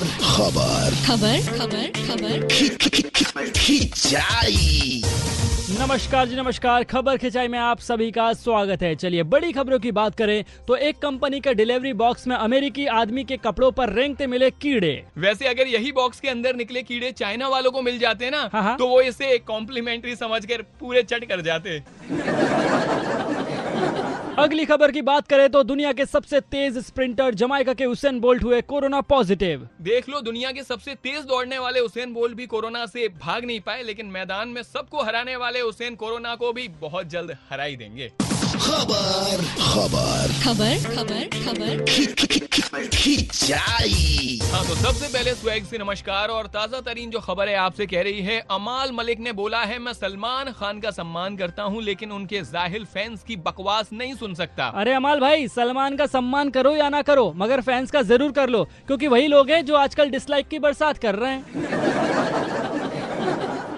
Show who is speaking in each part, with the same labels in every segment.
Speaker 1: खबर
Speaker 2: खबर खबर खबर
Speaker 1: खिंचाई
Speaker 3: नमस्कार जी नमस्कार खबर खिंचाई में आप सभी का स्वागत है चलिए बड़ी खबरों की बात करें तो एक कंपनी के डिलीवरी बॉक्स में अमेरिकी आदमी के कपड़ों पर रेंगते मिले कीड़े
Speaker 4: वैसे अगर यही बॉक्स के अंदर निकले कीड़े चाइना वालों को मिल जाते ना
Speaker 3: हाँ, हाँ।
Speaker 4: तो वो इसे एक कॉम्प्लीमेंट्री समझकर पूरे चट कर जाते
Speaker 3: अगली खबर की बात करें तो दुनिया के सबसे तेज स्प्रिंटर जमाइका के हुसैन बोल्ट हुए कोरोना पॉजिटिव
Speaker 4: देख लो दुनिया के सबसे तेज दौड़ने वाले हुसैन बोल्ट भी कोरोना से भाग नहीं पाए लेकिन मैदान में सबको हराने वाले हुसैन कोरोना को भी बहुत जल्द हरा ही देंगे
Speaker 1: खबर खबर
Speaker 2: खबर खबर खबर
Speaker 1: खिंचाई
Speaker 4: हाँ तो सबसे पहले स्वैग से नमस्कार और ताजा तरीन जो खबर है आपसे कह रही है अमाल मलिक ने बोला है मैं सलमान खान का सम्मान करता हूँ लेकिन उनके जाहिल फैंस की बकवास नहीं सुन सकता
Speaker 3: अरे अमाल भाई सलमान का सम्मान करो या ना करो मगर फैंस का जरूर कर लो क्योंकि वही लोग हैं जो आजकल डिसलाइक की बरसात कर रहे हैं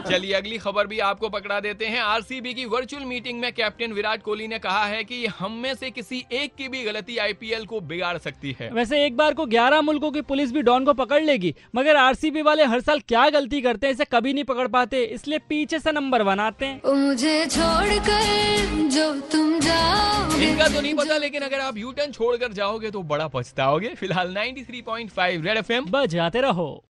Speaker 4: चलिए अगली खबर भी आपको पकड़ा देते हैं आरसीबी की वर्चुअल मीटिंग में कैप्टन विराट कोहली ने कहा है कि हम में से किसी एक की भी गलती आईपीएल को बिगाड़ सकती है
Speaker 3: वैसे एक बार को 11 मुल्कों की पुलिस भी डॉन को पकड़ लेगी मगर आरसीबी वाले हर साल क्या गलती करते हैं इसे कभी नहीं पकड़ पाते इसलिए पीछे से नंबर बनाते हैं
Speaker 2: मुझे छोड़कर जो तुम जाओगे
Speaker 4: इनका तो नहीं पता लेकिन अगर आप यूटर्न छोड़कर जाओगे तो बड़ा पछताओगे फिलहाल 93.5 रेड एफएम
Speaker 3: बजाते रहो